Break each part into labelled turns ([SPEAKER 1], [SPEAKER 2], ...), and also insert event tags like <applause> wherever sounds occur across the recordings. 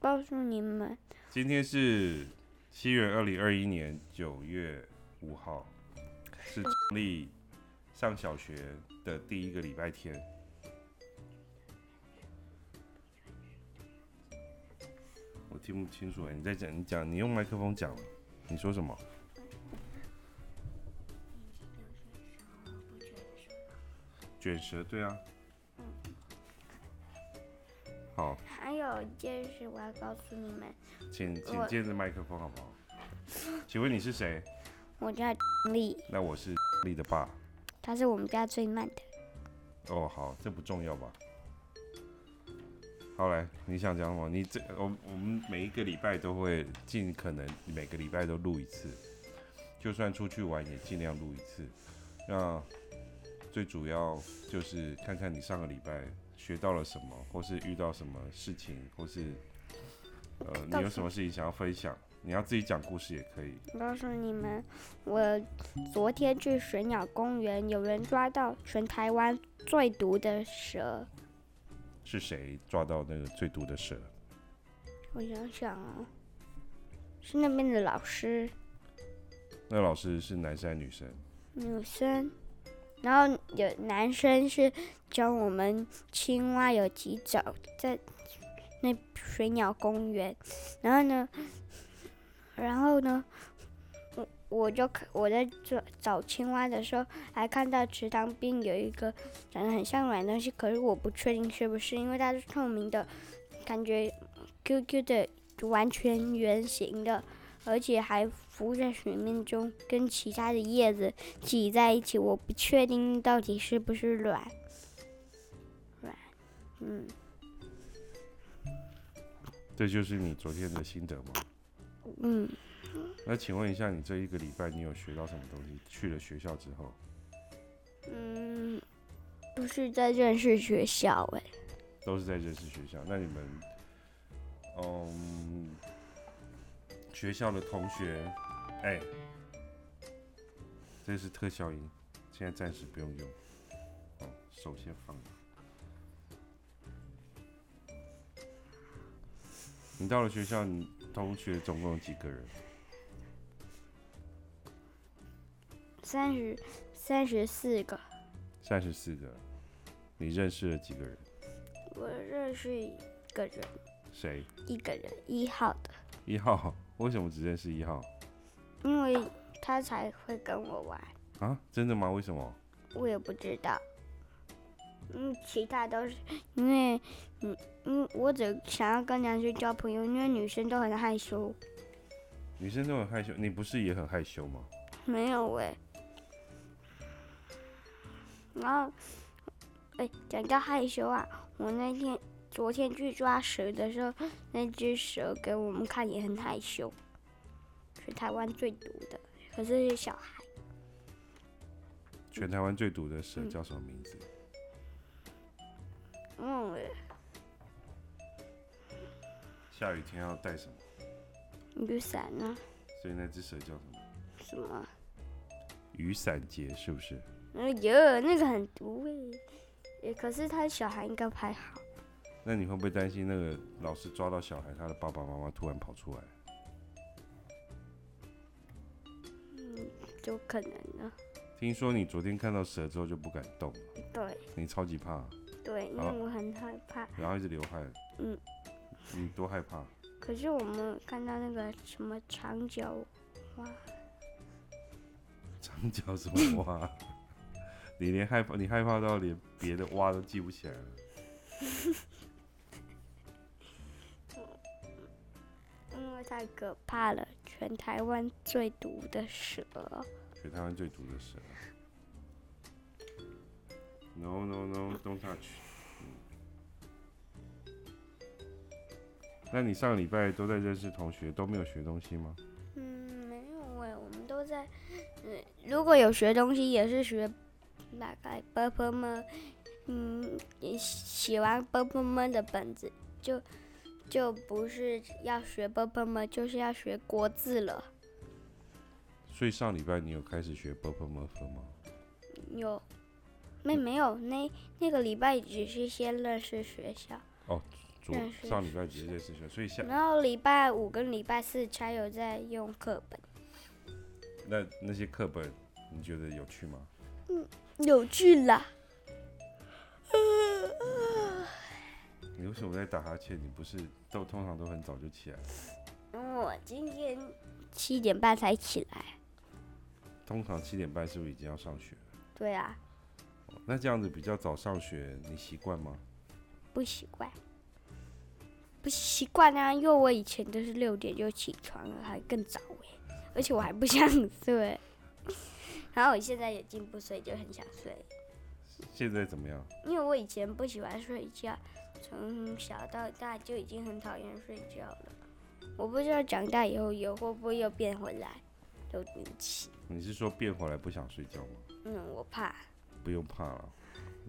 [SPEAKER 1] 告诉你们，
[SPEAKER 2] 今天是西元二零二一年九月五号，是丽上小学的第一个礼拜天。我听不清楚哎、你在讲，你讲，你用麦克风讲，你说什么？卷舌，对啊。好，
[SPEAKER 1] 还有一件事我要告诉你们，
[SPEAKER 2] 请请
[SPEAKER 1] 我
[SPEAKER 2] 借着麦克风好不好？请问你是谁？
[SPEAKER 1] 我叫丽，
[SPEAKER 2] 那我是丽的爸。
[SPEAKER 1] 他是我们家最慢的。
[SPEAKER 2] 哦，好，这不重要吧？好，来，你想讲什么？你这我我们每一个礼拜都会尽可能每个礼拜都录一次，就算出去玩也尽量录一次。那最主要就是看看你上个礼拜学到了什么，或是遇到什么事情，或是呃你
[SPEAKER 1] 告
[SPEAKER 2] 有
[SPEAKER 1] 诉
[SPEAKER 2] 什么事情想要分享，你要自己讲故事也可以。
[SPEAKER 1] 我告诉你们，我昨天去水鸟公园，有人抓到全台湾最毒的蛇。
[SPEAKER 2] 是谁抓到那个最毒的蛇？
[SPEAKER 1] 我想想啊，是那边的老师，
[SPEAKER 2] 那老师是男生还是女生？
[SPEAKER 1] 女生，然后有男生是教我们青蛙有几种，在那水鸟公园，然后呢，然后呢，我我就看我在找找青蛙的时候，还看到池塘边有一个长得很像软的东西，可是我不确定是不是，因为它是透明的，感觉 Q Q 的，完全圆形的。而且还浮在水面中，跟其他的叶子挤在一起。我不确定到底是不是卵，卵，嗯，
[SPEAKER 2] 这就是你昨天的心得吗？
[SPEAKER 1] 嗯，
[SPEAKER 2] 那请问一下，你这一个礼拜你有学到什么东西？去了学校之后，
[SPEAKER 1] 嗯，不是在认识学校哎、
[SPEAKER 2] 都是在认识学校。那你们，嗯，学校的同学，哎、这是特效音，现在暂时不用用。哦，首先放。你到了学校，你同学总共有几个人？
[SPEAKER 1] 三十三十四个，
[SPEAKER 2] 三十四个。你认识了几个人？
[SPEAKER 1] 我认识一个人，
[SPEAKER 2] 谁？
[SPEAKER 1] 一个人一号的，
[SPEAKER 2] 一号？为什么只认识一号？
[SPEAKER 1] 因为他才会跟我玩，
[SPEAKER 2] 啊，真的吗？为什么？
[SPEAKER 1] 我也不知道。嗯，其他都是因为，嗯嗯，我只想要跟男生交朋友，因为女生都很害羞。
[SPEAKER 2] 女生都很害羞，你不是也很害羞吗？
[SPEAKER 1] 没有哎、然后，哎、讲到害羞啊，我那天昨天去抓蛇的时候，那只蛇给我们看也很害羞，是台湾最毒的，可是是小孩，
[SPEAKER 2] 全台湾最毒的蛇
[SPEAKER 1] 嗯
[SPEAKER 2] 叫什么名字？
[SPEAKER 1] 嗯，
[SPEAKER 2] 下雨天要带什么？
[SPEAKER 1] 雨伞呢？
[SPEAKER 2] 所以那只蛇叫什么？
[SPEAKER 1] 什么？
[SPEAKER 2] 雨伞节是不是？
[SPEAKER 1] 哎呀，那个很毒哎、哎可是他小孩应该还好，
[SPEAKER 2] 那你会不会担心那个老师抓到小孩，他的爸爸妈妈突然跑出来？
[SPEAKER 1] 就可能呢。
[SPEAKER 2] 听说你昨天看到蛇之后就不敢动了，
[SPEAKER 1] 对
[SPEAKER 2] 你超级怕，
[SPEAKER 1] 对，因为
[SPEAKER 2] 好
[SPEAKER 1] 我很害怕。
[SPEAKER 2] 然后一直流汗。
[SPEAKER 1] 嗯，
[SPEAKER 2] 你多害怕？ <laughs>
[SPEAKER 1] 可是我们看到那个什么长脚蛙，
[SPEAKER 2] 长脚什么蛙？ <laughs> 你连害怕，你害怕到连别的蛙都记不起来了。
[SPEAKER 1] 因为太可怕了，全台湾最毒的蛇。
[SPEAKER 2] 全台湾最毒的蛇。No no no, don't touch。那你上个礼拜都在认识同学，都没有学东西吗？
[SPEAKER 1] 嗯，没有哎、我们都在，嗯，如果有学东西也是学大概 b u r p l e 们，嗯，也写完 b u r p l e 们的本子就就不是要学 b u r p l e 们，就是要学国字了。
[SPEAKER 2] 所以上礼拜你有开始学 b u r p l e m u r p 吗？
[SPEAKER 1] 有，没没有那那个礼拜只是先认识学校。
[SPEAKER 2] 昨
[SPEAKER 1] 那是
[SPEAKER 2] 上礼拜直接在试训，所以下
[SPEAKER 1] 然后礼拜五跟礼拜四才有在用课本，
[SPEAKER 2] 那那些课本你觉得有趣吗？
[SPEAKER 1] 有趣啦。
[SPEAKER 2] 你为什么在打哈欠？你不是都通常都很早就起来，
[SPEAKER 1] 我今天七点半才起来。
[SPEAKER 2] 通常七点半是不是已经要上学了？
[SPEAKER 1] 对啊，
[SPEAKER 2] 那这样子比较早上学，你习惯吗？
[SPEAKER 1] 不习惯，不习惯啊，因为我以前都是六点就起床了，还更早哎，而且我还不想睡。 <laughs> 然后我现在也进步，所以就很想睡。
[SPEAKER 2] 现在怎么样？
[SPEAKER 1] 因为我以前不喜欢睡觉，从小到大就已经很讨厌睡觉了。我不知道长大以后也会不会又变回来，都对不起。
[SPEAKER 2] 你是说变回来不想睡觉吗？
[SPEAKER 1] 嗯，我怕。
[SPEAKER 2] 不用怕了，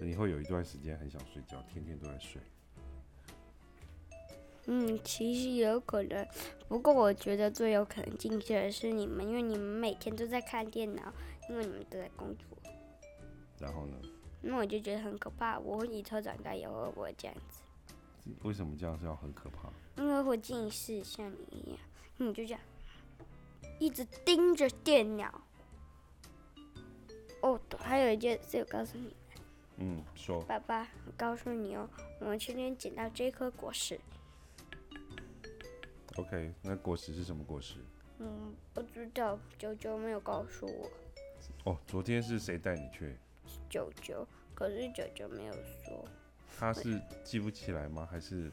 [SPEAKER 2] 你会有一段时间很想睡觉，天天都在睡。
[SPEAKER 1] 嗯，其实有可能，不过我觉得最有可能进去的是你们，因为你们每天都在看电脑，因为你们都在工作，
[SPEAKER 2] 然后呢？
[SPEAKER 1] 那我就觉得很可怕。我以后长大以后会不会这样子？
[SPEAKER 2] 为什么这样是要很可怕？
[SPEAKER 1] 因为会近视，像你一样，你就这样一直盯着电脑。哦，对还有一件事，我告诉你，
[SPEAKER 2] 嗯，说
[SPEAKER 1] 爸爸，我告诉你哦，我们去年捡到这颗果实，
[SPEAKER 2] OK，那果实是什么果实？
[SPEAKER 1] 嗯，不知道，九九没有告诉我。
[SPEAKER 2] 哦，昨天是谁带你去？
[SPEAKER 1] 九九，可是九九没有说。
[SPEAKER 2] 他是记不起来吗？还是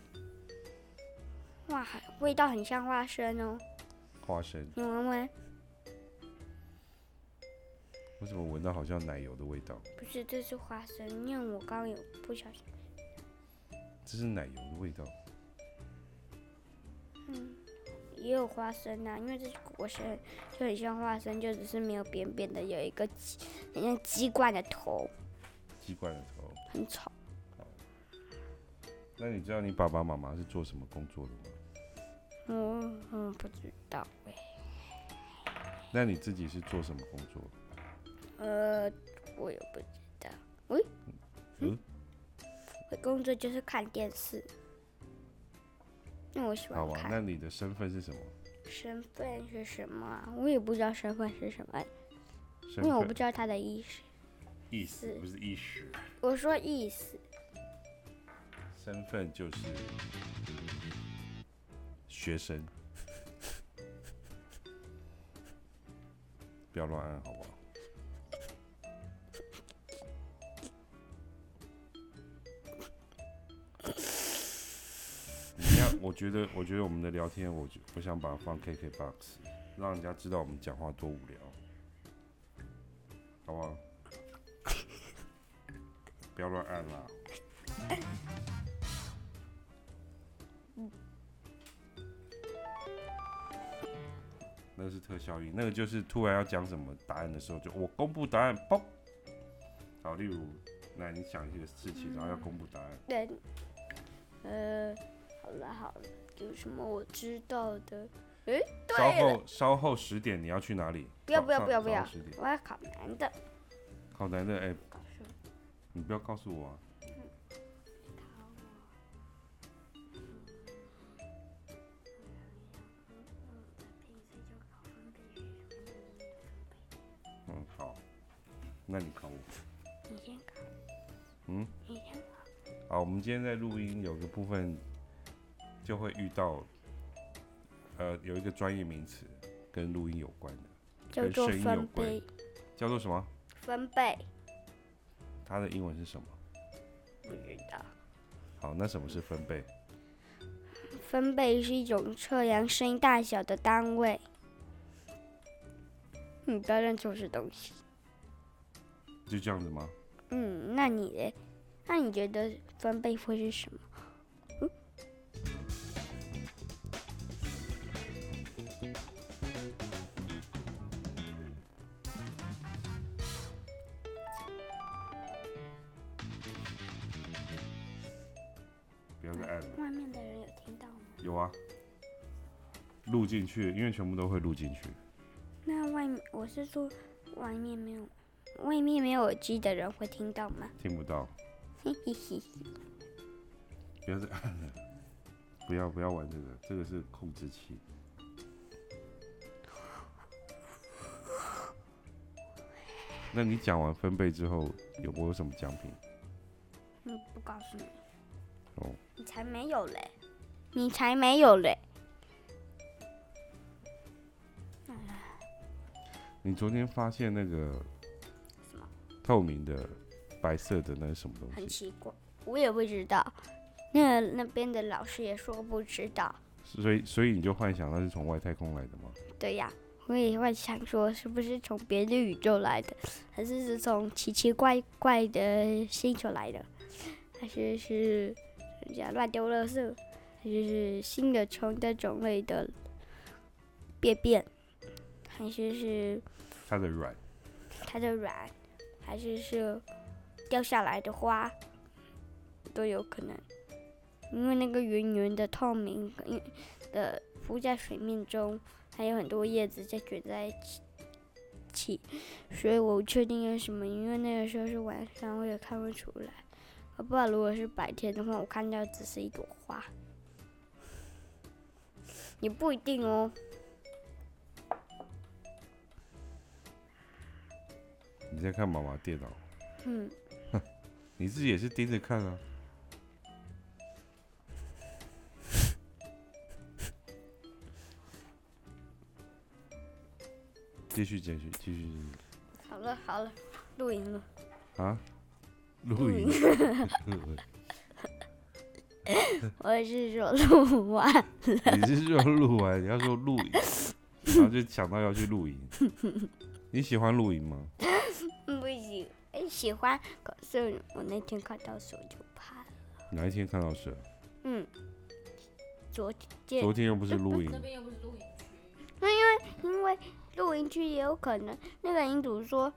[SPEAKER 1] 哇，味道很像花生哦，
[SPEAKER 2] 花生？
[SPEAKER 1] 你闻闻。
[SPEAKER 2] 为什么闻到好像奶油的味道？
[SPEAKER 1] 不是，这是花生，因为我刚刚有不小心。
[SPEAKER 2] 这是奶油的味道。
[SPEAKER 1] 也有花生啊，因为这是果生，就很像花生，就只是没有扁扁的，有一个鸡很像鸡冠的头，
[SPEAKER 2] 鸡冠的头。
[SPEAKER 1] 很丑。
[SPEAKER 2] 那你知道你爸爸妈妈是做什么工作的吗？
[SPEAKER 1] 嗯嗯，不知道哎、
[SPEAKER 2] 那你自己是做什么工作？
[SPEAKER 1] 呃，我也不知道。
[SPEAKER 2] 嗯，
[SPEAKER 1] 我工作就是看电视，因为我喜
[SPEAKER 2] 好
[SPEAKER 1] 欢
[SPEAKER 2] 吧，
[SPEAKER 1] 看。
[SPEAKER 2] 那你的身份是什么？
[SPEAKER 1] 身份是什么啊？我也不知道身份是什么，
[SPEAKER 2] 身
[SPEAKER 1] 因为我不
[SPEAKER 2] 份
[SPEAKER 1] 知道他的意思。
[SPEAKER 2] 意思
[SPEAKER 1] 是
[SPEAKER 2] 不是意识，
[SPEAKER 1] 我说意思，
[SPEAKER 2] 身份就是学生。 <laughs> 不要乱按，好不好？你要，我觉得，我觉得我们的聊天，我觉我想把它放 KKBOX，让人家知道我们讲话多无聊，好不好？不要乱按啦。那是特效音，那个就是突然要讲什么答案的时候，就我公布答案，嘣。好，例如，那你想一个事情，然后要公布答案，
[SPEAKER 1] 对，呃，好了好了，有什么我知道的？诶，
[SPEAKER 2] 稍
[SPEAKER 1] 对了，
[SPEAKER 2] 后稍后十点你要去哪里？
[SPEAKER 1] 不要
[SPEAKER 2] 早
[SPEAKER 1] 不要
[SPEAKER 2] 上
[SPEAKER 1] 不要不
[SPEAKER 2] 早上
[SPEAKER 1] 要
[SPEAKER 2] 十点，
[SPEAKER 1] 我要考男的，
[SPEAKER 2] 好难的哎、
[SPEAKER 1] 告诉我
[SPEAKER 2] 你不要告诉我啊！嗯，好，那你考我。
[SPEAKER 1] 你先考，
[SPEAKER 2] 嗯，
[SPEAKER 1] 你先考。
[SPEAKER 2] 好，我们今天在录音有个部分就会遇到，呃，有一个专业名词跟录音有关的，
[SPEAKER 1] 叫
[SPEAKER 2] 跟
[SPEAKER 1] 做
[SPEAKER 2] 声音有
[SPEAKER 1] 分
[SPEAKER 2] 关
[SPEAKER 1] 贝，
[SPEAKER 2] 叫做什么？
[SPEAKER 1] 分贝
[SPEAKER 2] 它的英文是什么？
[SPEAKER 1] 不知道。
[SPEAKER 2] 好，那什么是分贝？
[SPEAKER 1] 分贝是一种测量声音大小的单位。你不要认错是东西。
[SPEAKER 2] 就这样子吗？
[SPEAKER 1] 嗯，那你嘞？那你觉得分贝会是什么？
[SPEAKER 2] 不要再按了。
[SPEAKER 1] 外面的人有听到吗？
[SPEAKER 2] 有啊，录进去，因为全部都会录进去。
[SPEAKER 1] 那外面，我是说外面没有，外面没有耳机的人会听到吗？
[SPEAKER 2] 听不到，
[SPEAKER 1] 嘿嘿嘿，
[SPEAKER 2] 不要再按了。不要不要玩这个，这个是控制器。那你讲完分贝之后，有没有什么奖品？
[SPEAKER 1] 嗯，不告诉你，
[SPEAKER 2] 哦，
[SPEAKER 1] 你才没有嘞，你才没有嘞。
[SPEAKER 2] 你昨天发现那个
[SPEAKER 1] 什么
[SPEAKER 2] 透明的白色的那是什么东
[SPEAKER 1] 很
[SPEAKER 2] 西？
[SPEAKER 1] 奇怪，我也不知道。那那边的老师也说不知道。
[SPEAKER 2] 所以所以你就幻想那是从外太空来的吗？
[SPEAKER 1] 对呀、我也会想说，是不是从别的宇宙来的，还是是从奇奇怪怪的星球来的，还是是人家乱丢垃圾，还是是新的虫的种类的便便，还是是
[SPEAKER 2] 它的卵，
[SPEAKER 1] 它的卵，还是是掉下来的花，都有可能。因为那个圆圆的透明因的浮在水面中，还有很多叶子在卷在一起，所以我不确定是什么。因为那个时候是晚上，我也看不出来。我不知道如果是白天的话，我看到只是一朵花，也不一定哦。
[SPEAKER 2] 你在看妈妈电脑，
[SPEAKER 1] 嗯。
[SPEAKER 2] 你自己也是盯着看啊。 <laughs> 继续，继续，继续继续
[SPEAKER 1] 好了好了，露营了。
[SPEAKER 2] 啊！录影， <laughs>
[SPEAKER 1] 我是说录完，
[SPEAKER 2] 你是说录啊完，你要说录影，然后就想到要去露营。你喜欢露营吗？
[SPEAKER 1] 不行，哎喜欢，可是我那天看到手就怕了。
[SPEAKER 2] 哪一天看到蛇？
[SPEAKER 1] 嗯，昨天
[SPEAKER 2] 昨天又不是露
[SPEAKER 3] 那
[SPEAKER 2] 营，
[SPEAKER 3] 边又不是露营区，
[SPEAKER 1] 因为露营区也有可能，那个营主说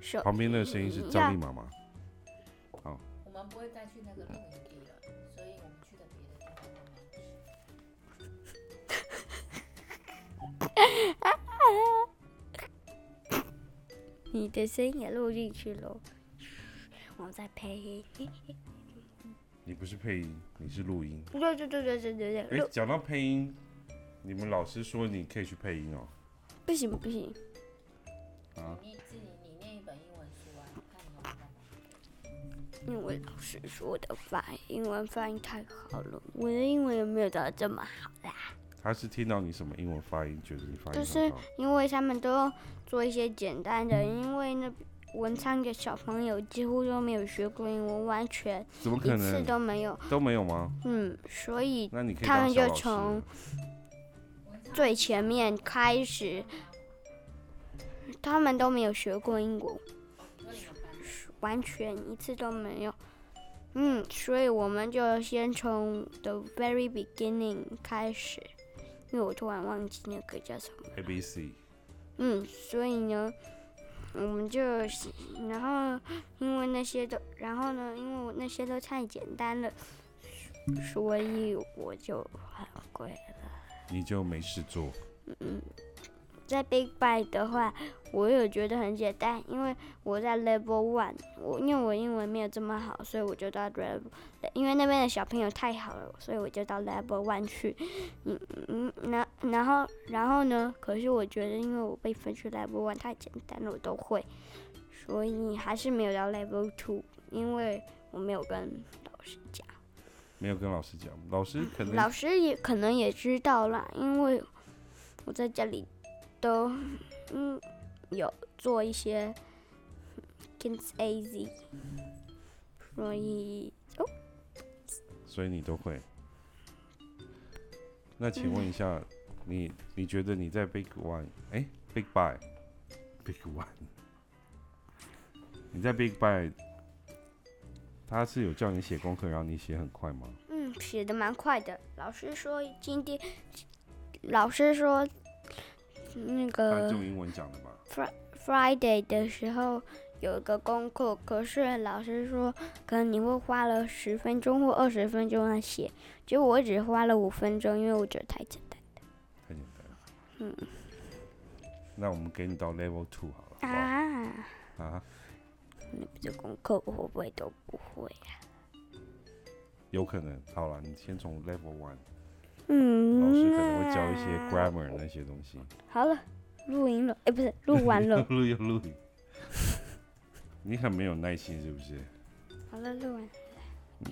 [SPEAKER 1] 手
[SPEAKER 2] 旁边那个声音是张丽妈妈。
[SPEAKER 3] 我们不会再去那个露营地了，所以我们去的别的地方慢慢吃。
[SPEAKER 1] 你的声音也录进去喽。我在配音，
[SPEAKER 2] 你不是配音，你是录音。
[SPEAKER 1] 对对对对对对
[SPEAKER 2] 哎
[SPEAKER 1] 对，录，
[SPEAKER 2] 讲到配音，你们老师说你可以去配音哦。
[SPEAKER 1] 不行不行，
[SPEAKER 2] 啊，
[SPEAKER 3] 你自己你念一本英文书啊，看你有没有
[SPEAKER 1] 因
[SPEAKER 3] 办法。
[SPEAKER 1] 为老师说我的发英文发音太好了，我的英文也没有到这么好啦。
[SPEAKER 2] 他是听到你什么英文发音，觉得你发音
[SPEAKER 1] 就是
[SPEAKER 2] 很好。
[SPEAKER 1] 因为他们都要做一些简单的，因为那文昌的小朋友几乎都没有学过英文，完全
[SPEAKER 2] 怎么可
[SPEAKER 1] 一次
[SPEAKER 2] 能
[SPEAKER 1] 都没有，
[SPEAKER 2] 都没有吗？
[SPEAKER 1] 嗯，所以
[SPEAKER 2] 那你可以
[SPEAKER 1] 他
[SPEAKER 2] 当
[SPEAKER 1] 们
[SPEAKER 2] 小
[SPEAKER 1] 就
[SPEAKER 2] 老师
[SPEAKER 1] 从
[SPEAKER 2] 了
[SPEAKER 1] 最前面开始，他们都没有学过英文，完全一次都没有。嗯，所以我们就先从 the very beginning 开始，因为我突然忘记那个叫什么。
[SPEAKER 2] A B C。
[SPEAKER 1] 嗯，所以呢，我们就喜，然后因为那些都，然后呢，因为我那些都太简单了，所以我就很贵。
[SPEAKER 2] 你就没事做，
[SPEAKER 1] 在 Big Bang 的话，我有觉得很简单，因为我在 Level One，我因为我英文没有这么好，所以我就到 Level，因为那边的小朋友太好了，所以我就到 Level One 去。嗯嗯，然然后然后呢？可是我觉得，因为我被分去 Level One 太简单了，我都会，所以还是没有到 Level Two，因为我没有跟老师讲。
[SPEAKER 2] 没有跟老师讲，老师可
[SPEAKER 1] <laughs>
[SPEAKER 2] 能
[SPEAKER 1] 老师也可能也知道啦，因为我在家里都嗯有做一些 Kids A Z，所以哦，
[SPEAKER 2] 所以你都会。那请问一下，你你觉得你在 Big One，哎、b i g Buy，Big One，你在 Big Buy，他是有叫你写功课，让你写很快吗？
[SPEAKER 1] 嗯，写的蛮快的。老师说今天，老师说那
[SPEAKER 2] 他
[SPEAKER 1] 个
[SPEAKER 2] 用英文讲的吧？
[SPEAKER 1] Friday 的时候有一个功课，可是老师说可能你会花了十分钟或二十分钟来写，结果我只花了五分钟，因为我觉得太简单。
[SPEAKER 2] 太简单了。嗯。那我们给你到 Level Two 好了。好不好
[SPEAKER 1] 啊，
[SPEAKER 2] 啊，
[SPEAKER 1] 那不就功课我会不会都不会啊？
[SPEAKER 2] 有可能。好了，你先从 Level One
[SPEAKER 1] 嗯，
[SPEAKER 2] 老师可能会教一些
[SPEAKER 1] 啊
[SPEAKER 2] grammar 那些东西。，
[SPEAKER 1] 好了，录音了，哎，不是录完了
[SPEAKER 2] <laughs> 录又录影，你很没有耐心是不是？
[SPEAKER 1] 好了，录完。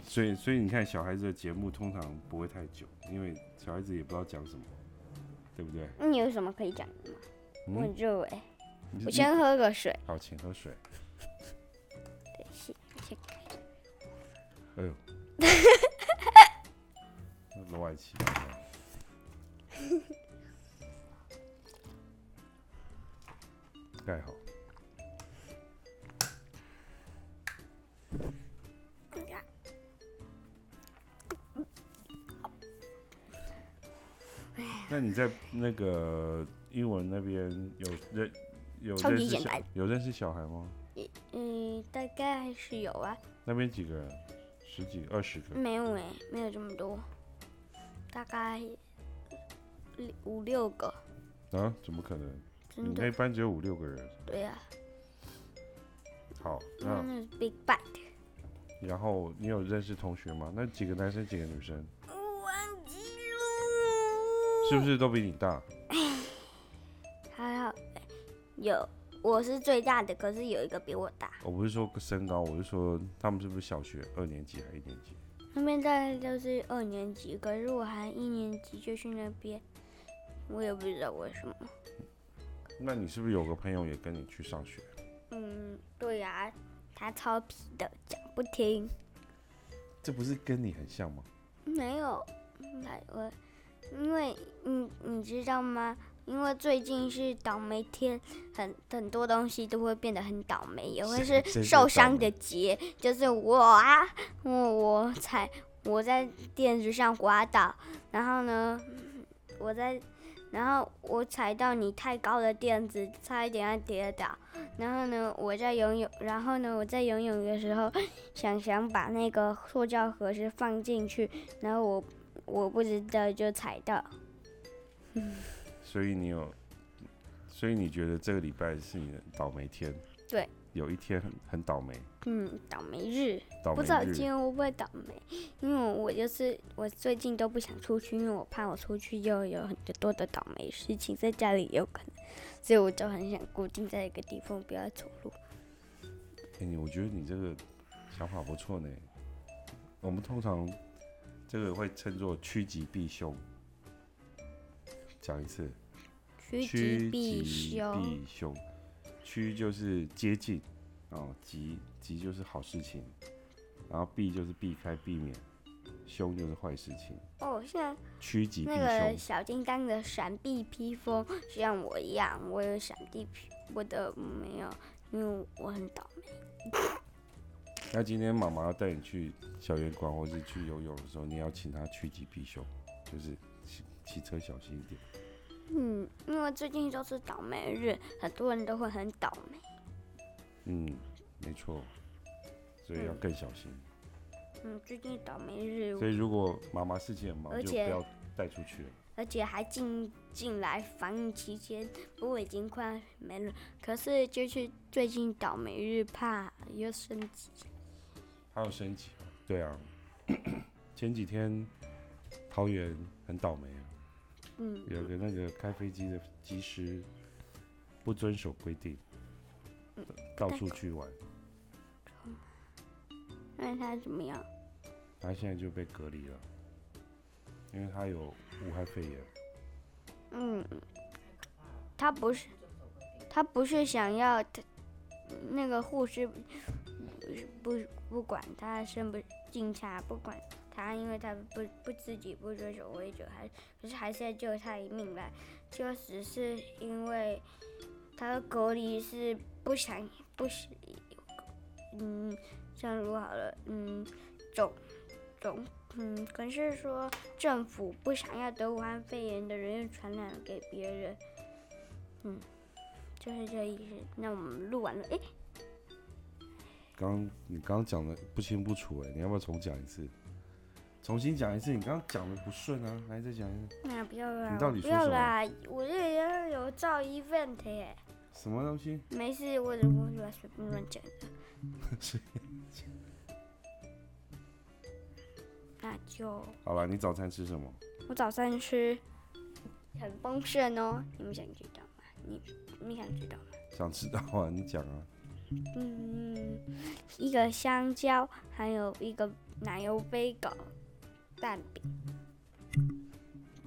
[SPEAKER 2] 所以所以你看小孩子的节目通常不会太久，因为小孩子也不知道讲什么，对不对？
[SPEAKER 1] 那你有什么可以讲的吗？我
[SPEAKER 2] 嗯
[SPEAKER 1] 很，热哎、
[SPEAKER 2] 你
[SPEAKER 1] 我先喝个水。
[SPEAKER 2] 好，请喝水。
[SPEAKER 1] 等一下，先
[SPEAKER 2] 哎呦，那罗
[SPEAKER 1] <laughs>
[SPEAKER 2] 爱奇，盖好。那你在那个英文那边有认有
[SPEAKER 1] 超
[SPEAKER 2] 认
[SPEAKER 1] 级
[SPEAKER 2] 识
[SPEAKER 1] 简
[SPEAKER 2] 小
[SPEAKER 1] 单
[SPEAKER 2] 有认识小孩吗？
[SPEAKER 1] 嗯，大概是有啊，
[SPEAKER 2] 那边几个人？十几、二十个？
[SPEAKER 1] 没有哎、没有这么多，大概六五六个，
[SPEAKER 2] 啊？怎么可能？你
[SPEAKER 1] 真
[SPEAKER 2] 那
[SPEAKER 1] 的。
[SPEAKER 2] 班只有五六个人。
[SPEAKER 1] 对呀、啊，
[SPEAKER 2] 好，
[SPEAKER 1] 那
[SPEAKER 2] 那
[SPEAKER 1] 那是 Big Bite，
[SPEAKER 2] 然后你有认识同学吗？那几个男生，几个女生，
[SPEAKER 1] 我忘记了。
[SPEAKER 2] 是不是都比你大？
[SPEAKER 1] 还好哎有，我是最大的，可是有一个比我大。
[SPEAKER 2] 我不是说身高，我是说他们是不是小学二年级还一年级？
[SPEAKER 1] 那边大概就是二年级，可是我还一年级就去那边，我也不知道为什么。
[SPEAKER 2] 那你是不是有个朋友也跟你去上学？
[SPEAKER 1] 嗯，对呀、他超皮的，讲不听。
[SPEAKER 2] 这不是跟你很像吗？
[SPEAKER 1] 没有，那我因为你你知道吗？因为最近是倒霉天，很很多东西都会变得很倒霉，也会
[SPEAKER 2] 谁
[SPEAKER 1] 是
[SPEAKER 2] 谁是
[SPEAKER 1] 受伤
[SPEAKER 2] 倒霉
[SPEAKER 1] 的节，就是我啊，我我踩我在垫子上滑倒，然后呢，我在，然后我踩到你太高的垫子，差一点要跌倒，然后呢，我在游泳，然后呢，我在游泳的时候，想想把那个塑胶盒子放进去，然后我我不知道就踩到，
[SPEAKER 2] 所以你有，所以你觉得这个礼拜是你的倒霉天？
[SPEAKER 1] 对，
[SPEAKER 2] 有一天很很倒霉，
[SPEAKER 1] 嗯，倒霉日，
[SPEAKER 2] 倒
[SPEAKER 1] 不
[SPEAKER 2] 霉
[SPEAKER 1] 知道今
[SPEAKER 2] 日。
[SPEAKER 1] 天会不会倒霉，因为我就是我最近都不想出去，因为我怕我出去又有很多的倒霉事情，在家里也有可能，所以我就很想固定在一个地方，不要走路。
[SPEAKER 2] 哎、你我觉得你这个想法不错呢。我们通常这个会称作趋吉避凶。讲一次，
[SPEAKER 1] 趋
[SPEAKER 2] 趋
[SPEAKER 1] 吉避
[SPEAKER 2] 吉
[SPEAKER 1] 凶，
[SPEAKER 2] 避凶，趋就是接近，哦，吉吉就是好事情，然后避就是避开、避免，凶就是坏事情。
[SPEAKER 1] 哦，现在
[SPEAKER 2] 趋吉避
[SPEAKER 1] 那个
[SPEAKER 2] 凶，
[SPEAKER 1] 小金刚的闪避披风，就像我一样，我有闪避披，我的嗯没有，因为我很倒霉。
[SPEAKER 2] 那今天妈妈要带你去小圆馆或是去游泳的时候，你要请她趋吉避凶，就是骑骑车小心一点。
[SPEAKER 1] 嗯，因为最近都是倒霉日，很多人都会很倒霉。
[SPEAKER 2] 嗯，没错，所以要
[SPEAKER 1] 嗯
[SPEAKER 2] 更小心。
[SPEAKER 1] 嗯，最近倒霉日，
[SPEAKER 2] 所以如果妈妈事情很忙，
[SPEAKER 1] 而
[SPEAKER 2] 就不
[SPEAKER 1] 且
[SPEAKER 2] 要带出去了。
[SPEAKER 1] 而且还进进来防疫期间，不过已经快没了。可是就是最近倒霉日，怕又升级。
[SPEAKER 2] 还有升级，对啊，前几天桃园很倒霉啊，
[SPEAKER 1] 嗯，
[SPEAKER 2] 有个那个开飞机的机师不遵守规定，到处去玩，
[SPEAKER 1] 那他怎么样？
[SPEAKER 2] 他现在就被隔离了，因为他有武汉肺炎。
[SPEAKER 1] 嗯，他不是，他不是想要他那个护士不不不管他是不警察不管他，因为他不不自己不遵守规则，还可是还是要救他一命来，就只是因为他的隔离是不想不是，嗯，正如好了，嗯，总总嗯，可是说。政府不想要得武汉肺炎的人又传染给别人，嗯，就是这意思。那我们录完了，诶，
[SPEAKER 2] 刚你刚刚讲的不清不楚哎、你要不要重讲一次？重新讲一次，你刚刚讲的不顺啊，来再讲一次。
[SPEAKER 1] 那不要啦
[SPEAKER 2] 你，到
[SPEAKER 1] 我
[SPEAKER 2] 底
[SPEAKER 1] 不
[SPEAKER 2] 说
[SPEAKER 1] 要
[SPEAKER 2] 什么
[SPEAKER 1] 啦，我这里要有造 event 耶，
[SPEAKER 2] 什么东西？
[SPEAKER 1] 没事，我只不过随
[SPEAKER 2] <laughs>
[SPEAKER 1] 便乱讲的。那就
[SPEAKER 2] 好了，你早餐吃什么？
[SPEAKER 1] 我早上吃很丰盛哦，你们想知道吗？你你想知道吗？
[SPEAKER 2] 想知道啊，你讲啊。
[SPEAKER 1] 嗯，一个香蕉，还有一个奶油杯狗蛋饼，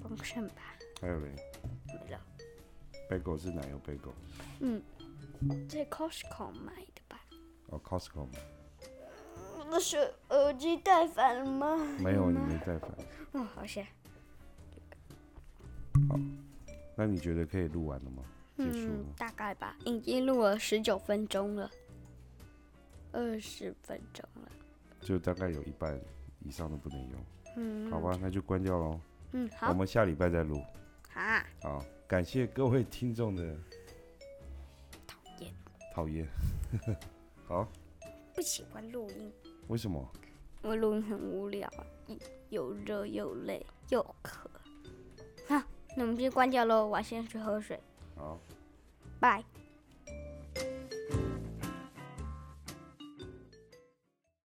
[SPEAKER 1] 丰盛吧？
[SPEAKER 2] 还有嘞
[SPEAKER 1] 没了，
[SPEAKER 2] ，bagel 是奶油 bagel，
[SPEAKER 1] 在 Costco 买的吧？
[SPEAKER 2] 哦，Costco 吗
[SPEAKER 1] 不是耳机戴反了吗？
[SPEAKER 2] 没有，你没带饭。
[SPEAKER 1] 哦，好险。
[SPEAKER 2] 那你觉得可以录完了吗？结束了
[SPEAKER 1] 嗯
[SPEAKER 2] 吗，
[SPEAKER 1] 大概吧，已经录了十九分钟了，二十分钟了。
[SPEAKER 2] 就大概有一半以上都不能用，
[SPEAKER 1] 嗯，
[SPEAKER 2] 好吧，那就关掉喽。
[SPEAKER 1] 嗯，
[SPEAKER 2] 我
[SPEAKER 1] 好
[SPEAKER 2] 们下礼拜再录。
[SPEAKER 1] 啊，
[SPEAKER 2] 好，感谢各位听众的讨
[SPEAKER 1] 厌，
[SPEAKER 2] 讨厌。好，
[SPEAKER 1] 不喜欢录音，
[SPEAKER 2] 为什么？
[SPEAKER 1] 因为录音很无聊，一又热又累又渴。好，那我们就关掉喽，我先去喝水，
[SPEAKER 2] 好，
[SPEAKER 1] 拜。